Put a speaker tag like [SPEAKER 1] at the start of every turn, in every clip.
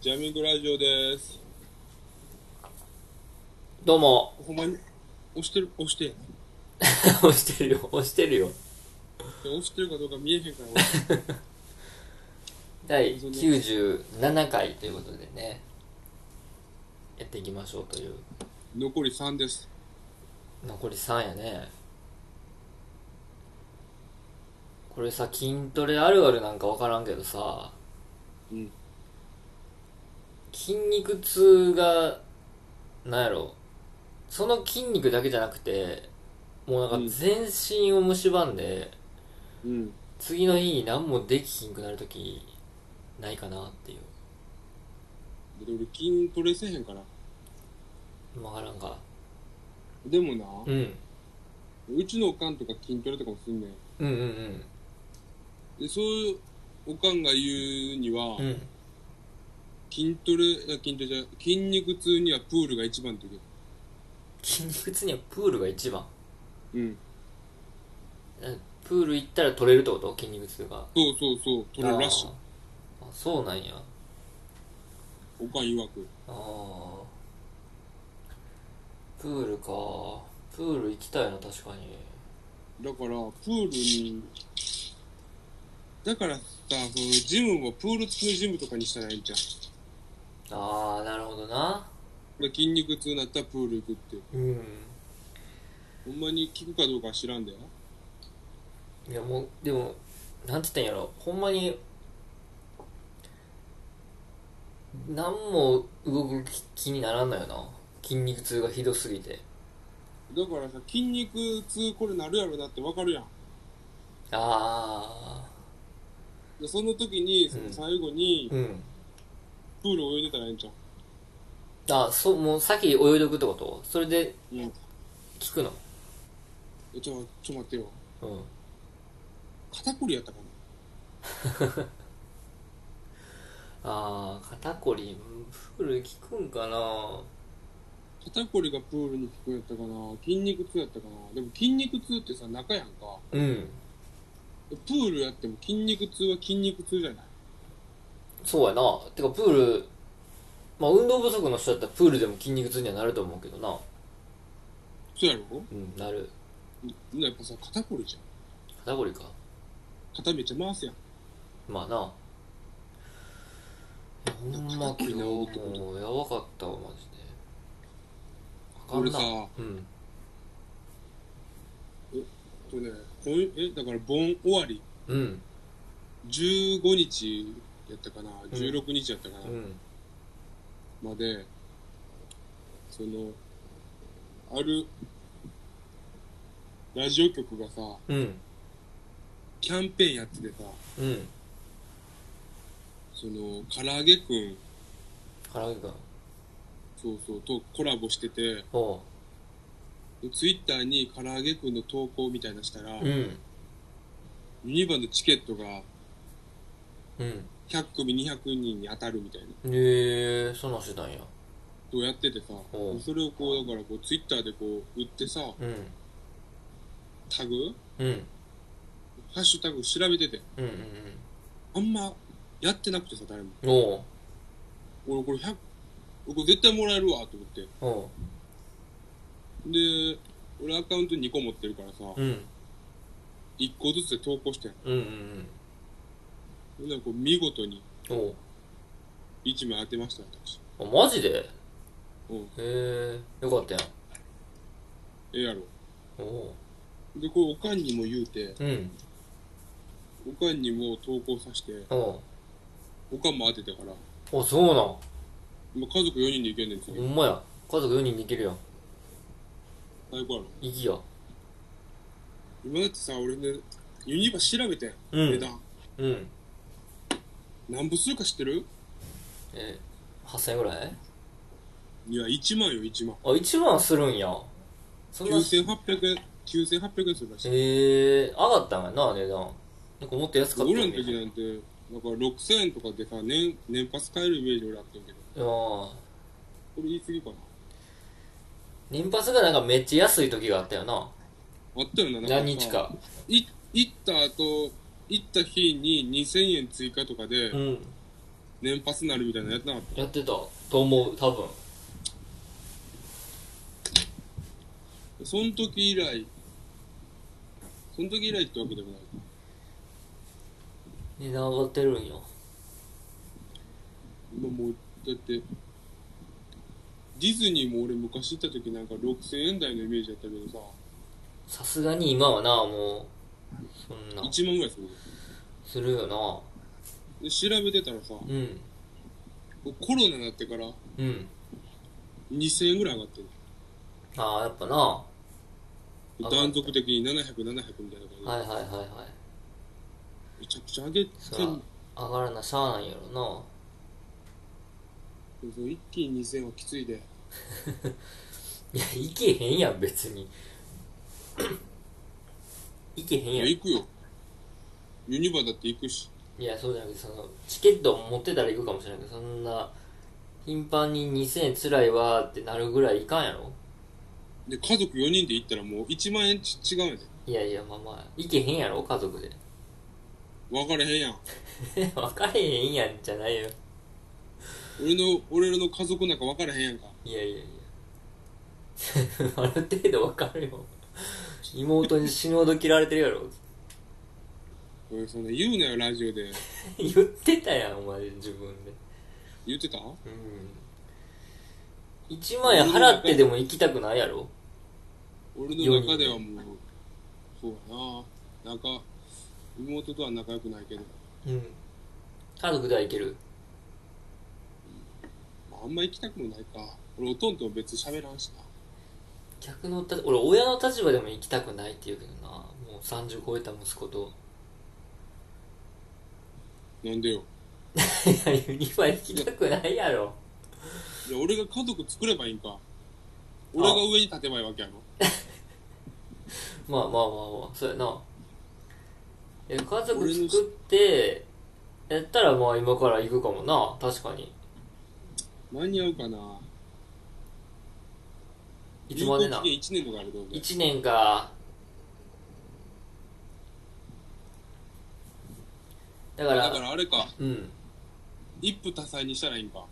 [SPEAKER 1] ジャミングラジオです。
[SPEAKER 2] どうも。
[SPEAKER 1] ほんまに押してる、押して。で
[SPEAKER 2] 押してるよ、押してるよ。
[SPEAKER 1] 押してるかどうか見えへんから 俺
[SPEAKER 2] 第97回ということでね、やっていきましょうという。
[SPEAKER 1] 残り3です。
[SPEAKER 2] 残り3やね。これさ、筋トレあるあるなんかわからんけどさ、
[SPEAKER 1] うん。
[SPEAKER 2] 筋肉痛が、なんやろ、その筋肉だけじゃなくて、もうなんか全身を蝕んで、
[SPEAKER 1] うん。
[SPEAKER 2] 次の日に何もできひんくなるときないかなっていう
[SPEAKER 1] で俺筋トレせえへんから。
[SPEAKER 2] わからんか
[SPEAKER 1] でもな、
[SPEAKER 2] うん
[SPEAKER 1] うちのおかんとか筋トレとかもすんねん。
[SPEAKER 2] うんうん
[SPEAKER 1] で、そういうおかんが言うには、
[SPEAKER 2] うんうん
[SPEAKER 1] 筋トレ、いや筋トレじゃない筋肉痛にはプールが一番って言う
[SPEAKER 2] 筋肉痛にはプールが一番
[SPEAKER 1] けど。うん。
[SPEAKER 2] えプール行ったら取れるってこと筋肉痛が
[SPEAKER 1] そうそうそう、取れるらしい
[SPEAKER 2] あ。ーあそうなんや
[SPEAKER 1] おかん曰く。
[SPEAKER 2] あープールかプール行きたいな確かに
[SPEAKER 1] だから、プールに、だからさ、そのジムはプール付きのジムとかにしたらええんちゃう
[SPEAKER 2] ああなるほどな
[SPEAKER 1] で筋肉痛になったらプール行くって
[SPEAKER 2] うん
[SPEAKER 1] ほんまに効くかどうかは知らんだよ
[SPEAKER 2] いやもうでもなんて言ったんやろほんまに何も動く気気にならんのよな筋肉痛がひどすぎて
[SPEAKER 1] だからさ筋肉痛これなるやろなってわかるやん
[SPEAKER 2] ああ
[SPEAKER 1] でその時にその最後に
[SPEAKER 2] うん
[SPEAKER 1] プール泳いでたらええんちゃ
[SPEAKER 2] あそうもう先泳いどくってことそれで
[SPEAKER 1] ううん
[SPEAKER 2] 効くの
[SPEAKER 1] えちょちょ待ってよ
[SPEAKER 2] うん
[SPEAKER 1] 肩こりやったかな
[SPEAKER 2] ああ肩こりうんプール効くんかな
[SPEAKER 1] 肩こりがプールに効くんやったかな筋肉痛やったかなでも筋肉痛ってさ中やんか
[SPEAKER 2] うん
[SPEAKER 1] でプールやっても筋肉痛は筋肉痛じゃない
[SPEAKER 2] そうやなてかプールまあ運動不足の人だったらプールでも筋肉痛にはなると思うけどな
[SPEAKER 1] そうやろ
[SPEAKER 2] うんなる
[SPEAKER 1] うんやっぱさ肩こりじゃん
[SPEAKER 2] 肩こりか
[SPEAKER 1] 肩めっちゃ回すやん
[SPEAKER 2] まあな。ほんま昨日もうやばかったわ、マジで。あかん
[SPEAKER 1] 俺
[SPEAKER 2] な
[SPEAKER 1] さ。
[SPEAKER 2] うん。
[SPEAKER 1] とねこんえだから盆終わり
[SPEAKER 2] うん。
[SPEAKER 1] 15日やったかな、16日やったかな
[SPEAKER 2] う、ん。
[SPEAKER 1] まで、その、ある、ラジオ局がさ、
[SPEAKER 2] うん。
[SPEAKER 1] キャンペーンやっててさ、
[SPEAKER 2] うん。
[SPEAKER 1] その、唐揚げくん、
[SPEAKER 2] 唐揚げか。
[SPEAKER 1] そうそう、とコラボしてて、
[SPEAKER 2] おう。
[SPEAKER 1] ツイッターに唐揚げくんの投稿みたいなしたら、
[SPEAKER 2] う
[SPEAKER 1] ユ
[SPEAKER 2] ん。
[SPEAKER 1] ニバのチケットが
[SPEAKER 2] うん。
[SPEAKER 1] 100組200人に当たるみたいな、
[SPEAKER 2] ええー、そんなんしてたんや。
[SPEAKER 1] とやっててさ
[SPEAKER 2] お、う
[SPEAKER 1] それをこう、だからこう、ツイッターでこう、売ってさ、
[SPEAKER 2] うん。
[SPEAKER 1] タグ
[SPEAKER 2] うん。うん
[SPEAKER 1] ハッシュタグ調べてて、
[SPEAKER 2] うん
[SPEAKER 1] あんまやってなくてさ、誰も。
[SPEAKER 2] うん。おう。
[SPEAKER 1] 俺これ100、俺これ絶対もらえるわと思って。
[SPEAKER 2] おう。
[SPEAKER 1] で、俺アカウント2個持ってるからさ、
[SPEAKER 2] うん。
[SPEAKER 1] 1個ずつで投稿してん。
[SPEAKER 2] うんうん
[SPEAKER 1] ほんならこう見事に
[SPEAKER 2] うん。おう。
[SPEAKER 1] 1枚当てましたよ、私。
[SPEAKER 2] あ、マジで
[SPEAKER 1] うん、
[SPEAKER 2] ええー、よかったや
[SPEAKER 1] ええやろ。
[SPEAKER 2] ん。おう。
[SPEAKER 1] で、これおかんにも言うて、
[SPEAKER 2] うん。
[SPEAKER 1] おかんにも投稿させて、
[SPEAKER 2] おう。
[SPEAKER 1] おかんも当てたから、
[SPEAKER 2] お、そうなん。
[SPEAKER 1] 今家族4人で行けんねん
[SPEAKER 2] ほ
[SPEAKER 1] 次。
[SPEAKER 2] んまや。家族4人できるやん。
[SPEAKER 1] 最高やろ。
[SPEAKER 2] 意義や。
[SPEAKER 1] 今だってさ、俺ね、ユニバ調べてん。
[SPEAKER 2] うん
[SPEAKER 1] 値段。
[SPEAKER 2] うん。
[SPEAKER 1] 何部するか知ってる
[SPEAKER 2] え、8000円ぐらい
[SPEAKER 1] いや、1万よ、1万。
[SPEAKER 2] あ、1万するんや。そんな、
[SPEAKER 1] 9800円、9800円するらしい。
[SPEAKER 2] ええー、上がったんやな、値段。なんかもっと安かった
[SPEAKER 1] 俺らの
[SPEAKER 2] い
[SPEAKER 1] 時なんて、なんか6000円とかでさ、年、年パス買えるイメージ俺あってんけど、
[SPEAKER 2] やー
[SPEAKER 1] これ言い過ぎかな。
[SPEAKER 2] 年パスがなんかめっちゃ安い時があったよな。
[SPEAKER 1] あったよな、なんさ
[SPEAKER 2] 何日。か。
[SPEAKER 1] い、行った後、行った日に2000円追加とかで、
[SPEAKER 2] うん。
[SPEAKER 1] 年パスなるみたいなのやってなかっ
[SPEAKER 2] やってたと思う多分
[SPEAKER 1] た。その時以来、その時以来ってわけでもない。
[SPEAKER 2] 値段上がってるんよ
[SPEAKER 1] 今もう、だって、ディズニーも俺昔行った時なんか6000円台のイメージだったけどさ、
[SPEAKER 2] さすがに今はなもうそんな
[SPEAKER 1] 1万ぐらいする。
[SPEAKER 2] するよ
[SPEAKER 1] で、調べてたらさ、
[SPEAKER 2] なうん
[SPEAKER 1] コロナになってから
[SPEAKER 2] うん
[SPEAKER 1] 2000円ぐらい上がってる。
[SPEAKER 2] ああやっぱなは上がった
[SPEAKER 1] 断続的に700、700みたいな感じ
[SPEAKER 2] い
[SPEAKER 1] で、
[SPEAKER 2] はいはいはい
[SPEAKER 1] めちゃくちゃ上げて
[SPEAKER 2] そら上がらなしゃあないやろ
[SPEAKER 1] でも一気に2000はきついで。
[SPEAKER 2] ないや行けへんやん別に 行けへん
[SPEAKER 1] い
[SPEAKER 2] や
[SPEAKER 1] や、
[SPEAKER 2] ん
[SPEAKER 1] 行くよ。ユニバだって行くし。
[SPEAKER 2] いやそうじゃなくてそのチケット持ってたら行くかもしれないけどそんな頻繁に2000円つらいわーってなるぐらいいかんやろ
[SPEAKER 1] で、家族4人で行ったらもう1万円ち違うやで。
[SPEAKER 2] いやいやまあまあ行けへんやろ家族で
[SPEAKER 1] 分かれへんやん。
[SPEAKER 2] 分かれへんやんじゃないよ
[SPEAKER 1] 俺の、俺らの家族なんか分からへんやんか。
[SPEAKER 2] いやいやいや ある程度分かるよ妹に死ぬほど嫌われてるやろ
[SPEAKER 1] 俺、そんな言うなよ、ラジオで。
[SPEAKER 2] 言ってたやんお前自分で
[SPEAKER 1] 言ってた
[SPEAKER 2] うん1万円払ってでも行きたくないやろ
[SPEAKER 1] 俺の中ではもう、そうやな。仲、妹とは仲良くないけど、
[SPEAKER 2] うん家族では行ける
[SPEAKER 1] まあ、あんま行きたくもないか。俺、おとんとも別に喋らんしな。
[SPEAKER 2] 客の立俺親の立場でも行きたくないって言うけどなもう30超えた息子と
[SPEAKER 1] なんでよ。
[SPEAKER 2] いやユニバ行きたくないやろ
[SPEAKER 1] いや、俺が家族作ればいいんか。俺が上に立てばいいわけやろ。
[SPEAKER 2] まあまあまあまあそうやなえ家族作ってやったらまあ今から行くかもな確かに
[SPEAKER 1] 間に合うかな。
[SPEAKER 2] いつまで
[SPEAKER 1] 有
[SPEAKER 2] な
[SPEAKER 1] 効期限1年とかあると思うね
[SPEAKER 2] 1年かだから
[SPEAKER 1] だからあれか、
[SPEAKER 2] うん
[SPEAKER 1] 一夫多妻にしたらいいんか。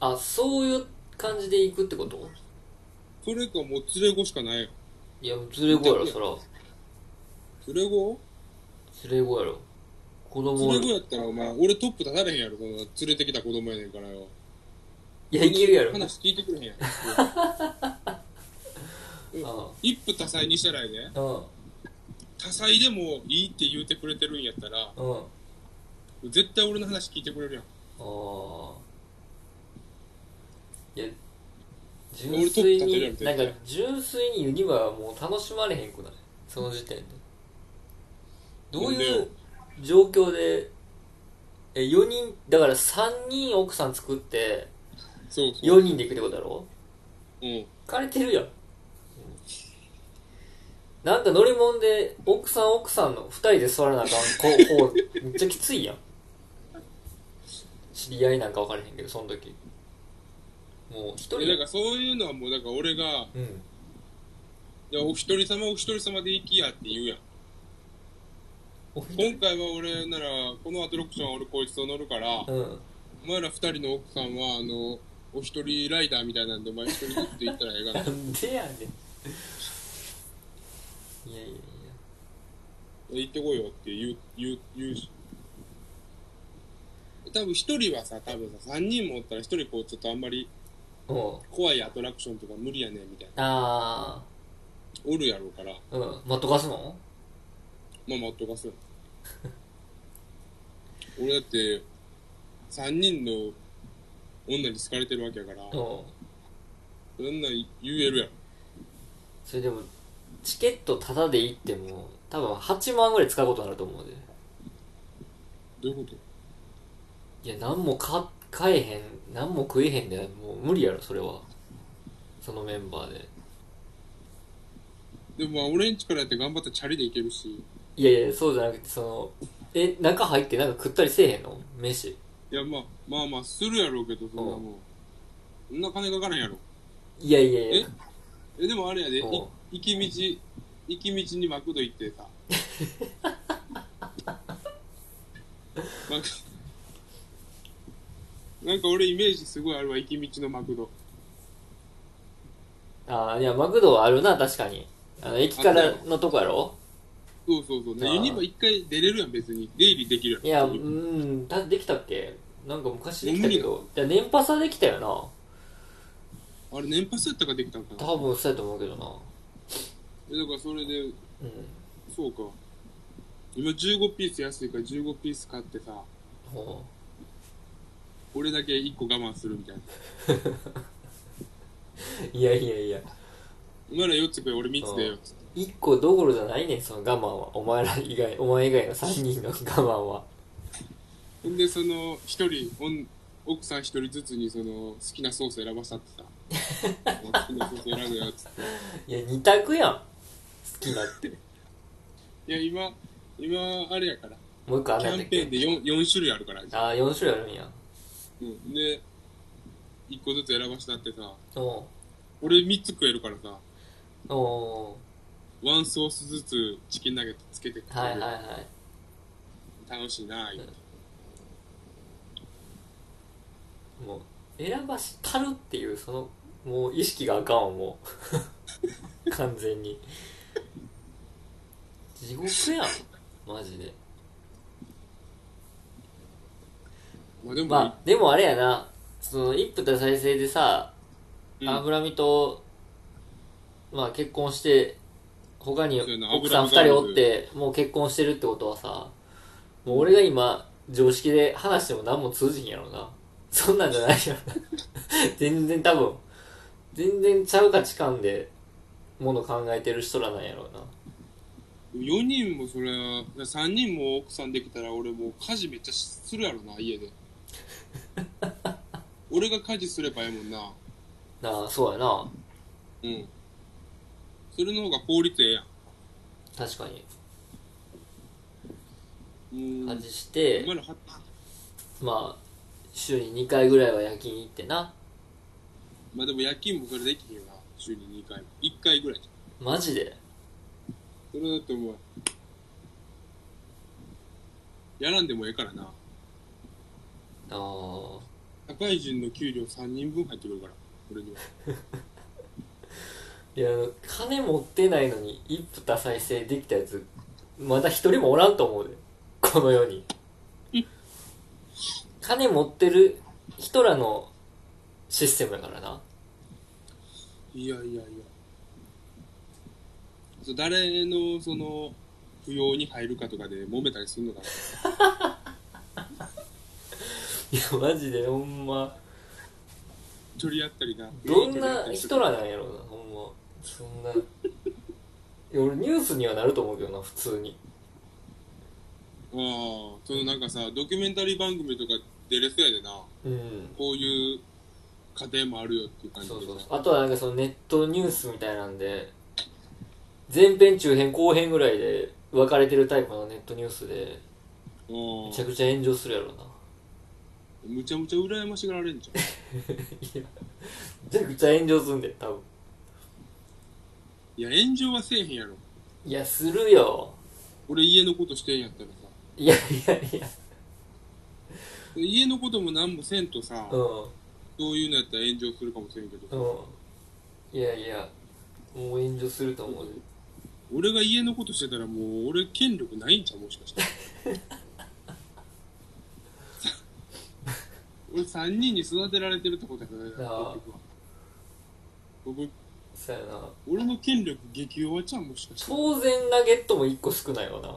[SPEAKER 2] あそういう感じで行くってこと
[SPEAKER 1] それかもう連れ子しかないよ。
[SPEAKER 2] いや連れ子やろそら
[SPEAKER 1] 連れ子
[SPEAKER 2] 連れ子やろ子供
[SPEAKER 1] 連
[SPEAKER 2] お
[SPEAKER 1] れ
[SPEAKER 2] る
[SPEAKER 1] 子やったらお前、俺トップ立たれへんやろ、この連れてきた子供やねんからよ。
[SPEAKER 2] いやいけるやろ
[SPEAKER 1] 話聞いてくれへん やろ。
[SPEAKER 2] う
[SPEAKER 1] 一夫多妻にしたらやで。
[SPEAKER 2] ん
[SPEAKER 1] 多妻でもいいって言うてくれてるんやったら、
[SPEAKER 2] うんうんあ
[SPEAKER 1] 絶対俺の話聞いてくれるやん。
[SPEAKER 2] あいや
[SPEAKER 1] 俺
[SPEAKER 2] 純粋
[SPEAKER 1] 撮ったや
[SPEAKER 2] に
[SPEAKER 1] つ
[SPEAKER 2] なんか純粋にユニバはもう楽しまれへんくないその時点でど
[SPEAKER 1] ない
[SPEAKER 2] う
[SPEAKER 1] ん
[SPEAKER 2] う
[SPEAKER 1] で
[SPEAKER 2] 状況でえ4人だから3人奥さん作って
[SPEAKER 1] そうそう。
[SPEAKER 2] 4人で行くってことだろ
[SPEAKER 1] うん。
[SPEAKER 2] 枯れてるやんなんか乗り物で奥さん奥さんの2人で座らなあかんこうめっちゃきついやん知り合いなんか分からへんけどその時もう1
[SPEAKER 1] え
[SPEAKER 2] 人
[SPEAKER 1] だか
[SPEAKER 2] や
[SPEAKER 1] らそういうのはもう、だから俺が、
[SPEAKER 2] うん
[SPEAKER 1] いや、お一人様お一人様で行きやって言うやん。
[SPEAKER 2] お一人
[SPEAKER 1] 今回は俺なら、このアトラクションは俺こいつと乗るから、
[SPEAKER 2] うん
[SPEAKER 1] お前ら二人の奥さんは、あの、お一人ライダーみたいなんで、お前一人ずつ行ったらええ
[SPEAKER 2] な
[SPEAKER 1] がな。
[SPEAKER 2] んでやねんいやいやいや
[SPEAKER 1] 行ってこいよって言う、言う、言うし。多分一人はさ、多分さ、三人もおったら一人こう、ちょっとあんまり
[SPEAKER 2] もう
[SPEAKER 1] 怖いアトラクションとか無理やねんみたいな。
[SPEAKER 2] あ
[SPEAKER 1] おるやろうから、
[SPEAKER 2] あうんマットガスの
[SPEAKER 1] まあ待っとかすよ。俺だって、三人の女に好かれてるわけやから、
[SPEAKER 2] う
[SPEAKER 1] そ
[SPEAKER 2] ん
[SPEAKER 1] んなん言えるやん。
[SPEAKER 2] それでもチケットタダで行っても多分8万ぐらい使うことになると思うで
[SPEAKER 1] どういうこと
[SPEAKER 2] いや、何もか買えへん、何も食えへんで、もう無理やろ、それは。そのメンバーで。
[SPEAKER 1] でもまあ、俺んちからやって頑張ったらチャリで行けるし、
[SPEAKER 2] いやいや、そうじゃなくて、その、え、中入ってなんか食ったりせえへんの飯。
[SPEAKER 1] いや、まあ、まあまあ、するやろうけど、そんなもん。そんな金かからんやろ。
[SPEAKER 2] いやいやいや、
[SPEAKER 1] え、でもあれやで、い
[SPEAKER 2] うん
[SPEAKER 1] 行き道、行き道にマクド行って さ。マクなんか俺イメージすごいあるわ、行き道のマクド。
[SPEAKER 2] ああ、いや、マクドはあるな、確かに。あの、駅からのとこやろ
[SPEAKER 1] そうそうそう。
[SPEAKER 2] あー
[SPEAKER 1] ユニバ一回出れるやん、別に。出入りできる
[SPEAKER 2] いや、うん、だできたっけなんか昔できたけど。いや、年パスはできたよな。
[SPEAKER 1] あれ、年パスやったかできたんかな。
[SPEAKER 2] 多分そうやと思うけどな。
[SPEAKER 1] えだからそれで、
[SPEAKER 2] うん。
[SPEAKER 1] そうか。今15ピース安いから15ピース買ってさ、
[SPEAKER 2] ほ
[SPEAKER 1] 俺だけ1個我慢するみたいな。
[SPEAKER 2] ういやいやいや。
[SPEAKER 1] お前ら4つくれ、俺3つだよ。
[SPEAKER 2] 一個どころじゃないねん、その我慢は。お前ら以外、お前以外の三人の我慢は。
[SPEAKER 1] ほんで、その、一人、おん奥さん一人ずつに、その、好きなソース選ばさってさ。 好きなソース選ぶよ、つって。
[SPEAKER 2] いや、二択やん。好きだって。
[SPEAKER 1] いや、今、今、あれやから。
[SPEAKER 2] もう一個あん
[SPEAKER 1] キ
[SPEAKER 2] なん
[SPEAKER 1] ャ
[SPEAKER 2] だっ
[SPEAKER 1] ンペー
[SPEAKER 2] け
[SPEAKER 1] ンで 4, 4種類あるから。
[SPEAKER 2] ああ、四種類あるんや。
[SPEAKER 1] うん。で、1個ずつ選ばしたってさ、
[SPEAKER 2] お
[SPEAKER 1] 俺3つ食えるからさ、
[SPEAKER 2] うお
[SPEAKER 1] ワンソースずつチキンナゲットつけて
[SPEAKER 2] うはいはいは
[SPEAKER 1] る
[SPEAKER 2] い。
[SPEAKER 1] 楽しいなぁ、言うて
[SPEAKER 2] もう、選ばしたるっていう、その、もう意識があかんわ、もう。 完全に。地獄やん。マジで。
[SPEAKER 1] まあでも、
[SPEAKER 2] まあ、でもあれやな。その、一夫多妻制でさ、
[SPEAKER 1] うん
[SPEAKER 2] 脂身と、まあ結婚して、他に
[SPEAKER 1] そうやな
[SPEAKER 2] 奥さん
[SPEAKER 1] 脂身
[SPEAKER 2] 二人
[SPEAKER 1] がある
[SPEAKER 2] おって、もう結婚してるってことはさ、もう俺が今、常識で話しても何も通じひんやろな。そんなんじゃないやろな。 全然多分、全然ちゃう価値観で、もの考えてる人らなんやろうな。
[SPEAKER 1] 4人もそれは3人も奥さんできたら俺もう家事めっちゃするやろな家で俺が家事すればええもんな
[SPEAKER 2] なあ、そうやな。
[SPEAKER 1] うんそれの方が効率ええや
[SPEAKER 2] 確かに。
[SPEAKER 1] んうん
[SPEAKER 2] 感じして、
[SPEAKER 1] お前らは
[SPEAKER 2] まあ、週に2回ぐらいは夜勤行ってな。
[SPEAKER 1] まあでも夜勤もそれできへんよな週に2回も1回ぐらいじゃん
[SPEAKER 2] マジで。
[SPEAKER 1] それだってもうやらんでもええからな
[SPEAKER 2] ああ。
[SPEAKER 1] 社会人の給料3人分入ってくるから俺にはい
[SPEAKER 2] や、あの金持ってないのに一夫多妻制できたやつ、まだ一人もおらんと思うで。この世に。金持ってる人らのシステムやからな。
[SPEAKER 1] いやいやいやそう誰のその扶養に入るかとかで揉めたりするのかない
[SPEAKER 2] や、マジでほんま。
[SPEAKER 1] 取り合ったりな
[SPEAKER 2] どんな人らなんやろうな、ほんま。そんな。いや、俺ニュースにはなると思うけどな、普通に。
[SPEAKER 1] ああそのなんかさドキュメンタリー番組とか出れそうやでな
[SPEAKER 2] うん。
[SPEAKER 1] こういう家庭もあるよっていう感じで
[SPEAKER 2] そうそう
[SPEAKER 1] さ
[SPEAKER 2] あとはなんかそのネットニュースみたいなんで前編中編後編ぐらいで分かれてるタイプのネットニュースでめちゃ
[SPEAKER 1] あ
[SPEAKER 2] くちゃ炎上するやろうな
[SPEAKER 1] あむちゃむちゃ羨ましがられんじゃん
[SPEAKER 2] めちゃくちゃ炎上すんで多分
[SPEAKER 1] いや炎上はせえへんやろ
[SPEAKER 2] いやするよ
[SPEAKER 1] 俺家のことしてんやったらさ
[SPEAKER 2] いやいやいや
[SPEAKER 1] 家のことも何もせんとさ、
[SPEAKER 2] うん
[SPEAKER 1] そういうのやったら炎上するかもしれんけど、
[SPEAKER 2] うんいやいやもう炎上すると思うで
[SPEAKER 1] 俺が家のことしてたらもう俺権力ないんちゃうもし かして俺3人に育てられてるってことやからね結
[SPEAKER 2] なあ
[SPEAKER 1] 局は僕
[SPEAKER 2] そうやな
[SPEAKER 1] 俺の権力激弱ちゃうもしかして
[SPEAKER 2] 当然ナゲットも1個少ないわな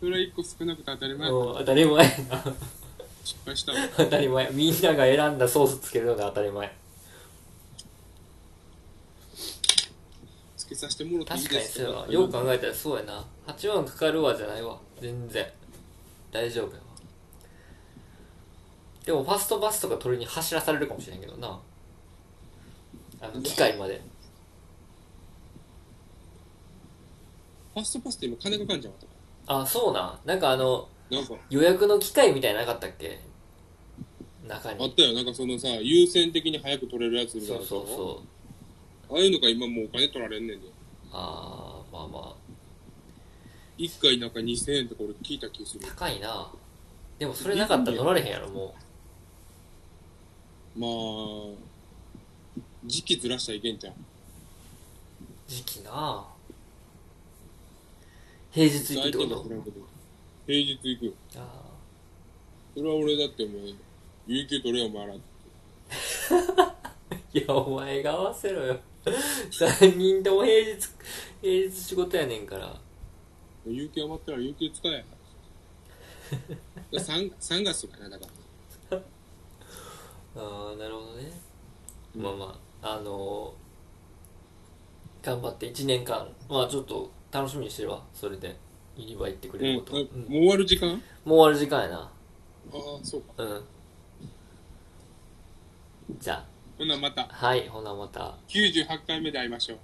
[SPEAKER 1] それは1個少なくて当たり前や
[SPEAKER 2] うん当たり前やな
[SPEAKER 1] 失敗したわ
[SPEAKER 2] 当たり前みんなが選んだソースつけるのが当たり前
[SPEAKER 1] つけさせてもろていい
[SPEAKER 2] 確か
[SPEAKER 1] で
[SPEAKER 2] に
[SPEAKER 1] す
[SPEAKER 2] そうやわよく考えたらそうやな8万かかるわじゃないわ全然大丈夫やわでもファストバスとか鳥に走らされるかもしれんけどなあの機械まで
[SPEAKER 1] ファストパスって今金かかんじゃんとか
[SPEAKER 2] あそうなんなんかあの
[SPEAKER 1] なんか
[SPEAKER 2] 予約の機械みたいなのなかったっけ中
[SPEAKER 1] あ
[SPEAKER 2] に
[SPEAKER 1] ったよなんかそのさ優先的に早く取れるやつみた
[SPEAKER 2] そ
[SPEAKER 1] いうな
[SPEAKER 2] そうそう
[SPEAKER 1] うああいうのが今もうお金取られんねんで
[SPEAKER 2] あーまあまあ
[SPEAKER 1] 1回なんか2000円とか俺聞いた気する
[SPEAKER 2] 高いなでもそれなかったら乗られへんやろ、も
[SPEAKER 1] まあ、時期ずらしたらいけんじゃん。
[SPEAKER 2] う。時期なあ平日行くって
[SPEAKER 1] 相
[SPEAKER 2] こ
[SPEAKER 1] 手が
[SPEAKER 2] と
[SPEAKER 1] 振らんけど平日行くよ。
[SPEAKER 2] あ
[SPEAKER 1] それは俺だってお前、有給取れよ、お前ら。
[SPEAKER 2] ーいや、お前が合わせろよ。3人とも平日、平日仕事やねんから。
[SPEAKER 1] 有給余ったら有給使え。3, 3月とかな、だから。
[SPEAKER 2] ああ、なるほどね。
[SPEAKER 1] うん
[SPEAKER 2] まあまあ、あのー頑張って1年間、まあちょっと楽しみにしてるわ、それで。入り場行ってくれること。
[SPEAKER 1] う
[SPEAKER 2] うん
[SPEAKER 1] もう
[SPEAKER 2] ん、もう
[SPEAKER 1] 終わる時間
[SPEAKER 2] 終わる時間やな。
[SPEAKER 1] ああ、そうか。
[SPEAKER 2] うん。じゃ
[SPEAKER 1] ほな、また
[SPEAKER 2] あ、はい、ほなまた。
[SPEAKER 1] 98回目で会いましょう。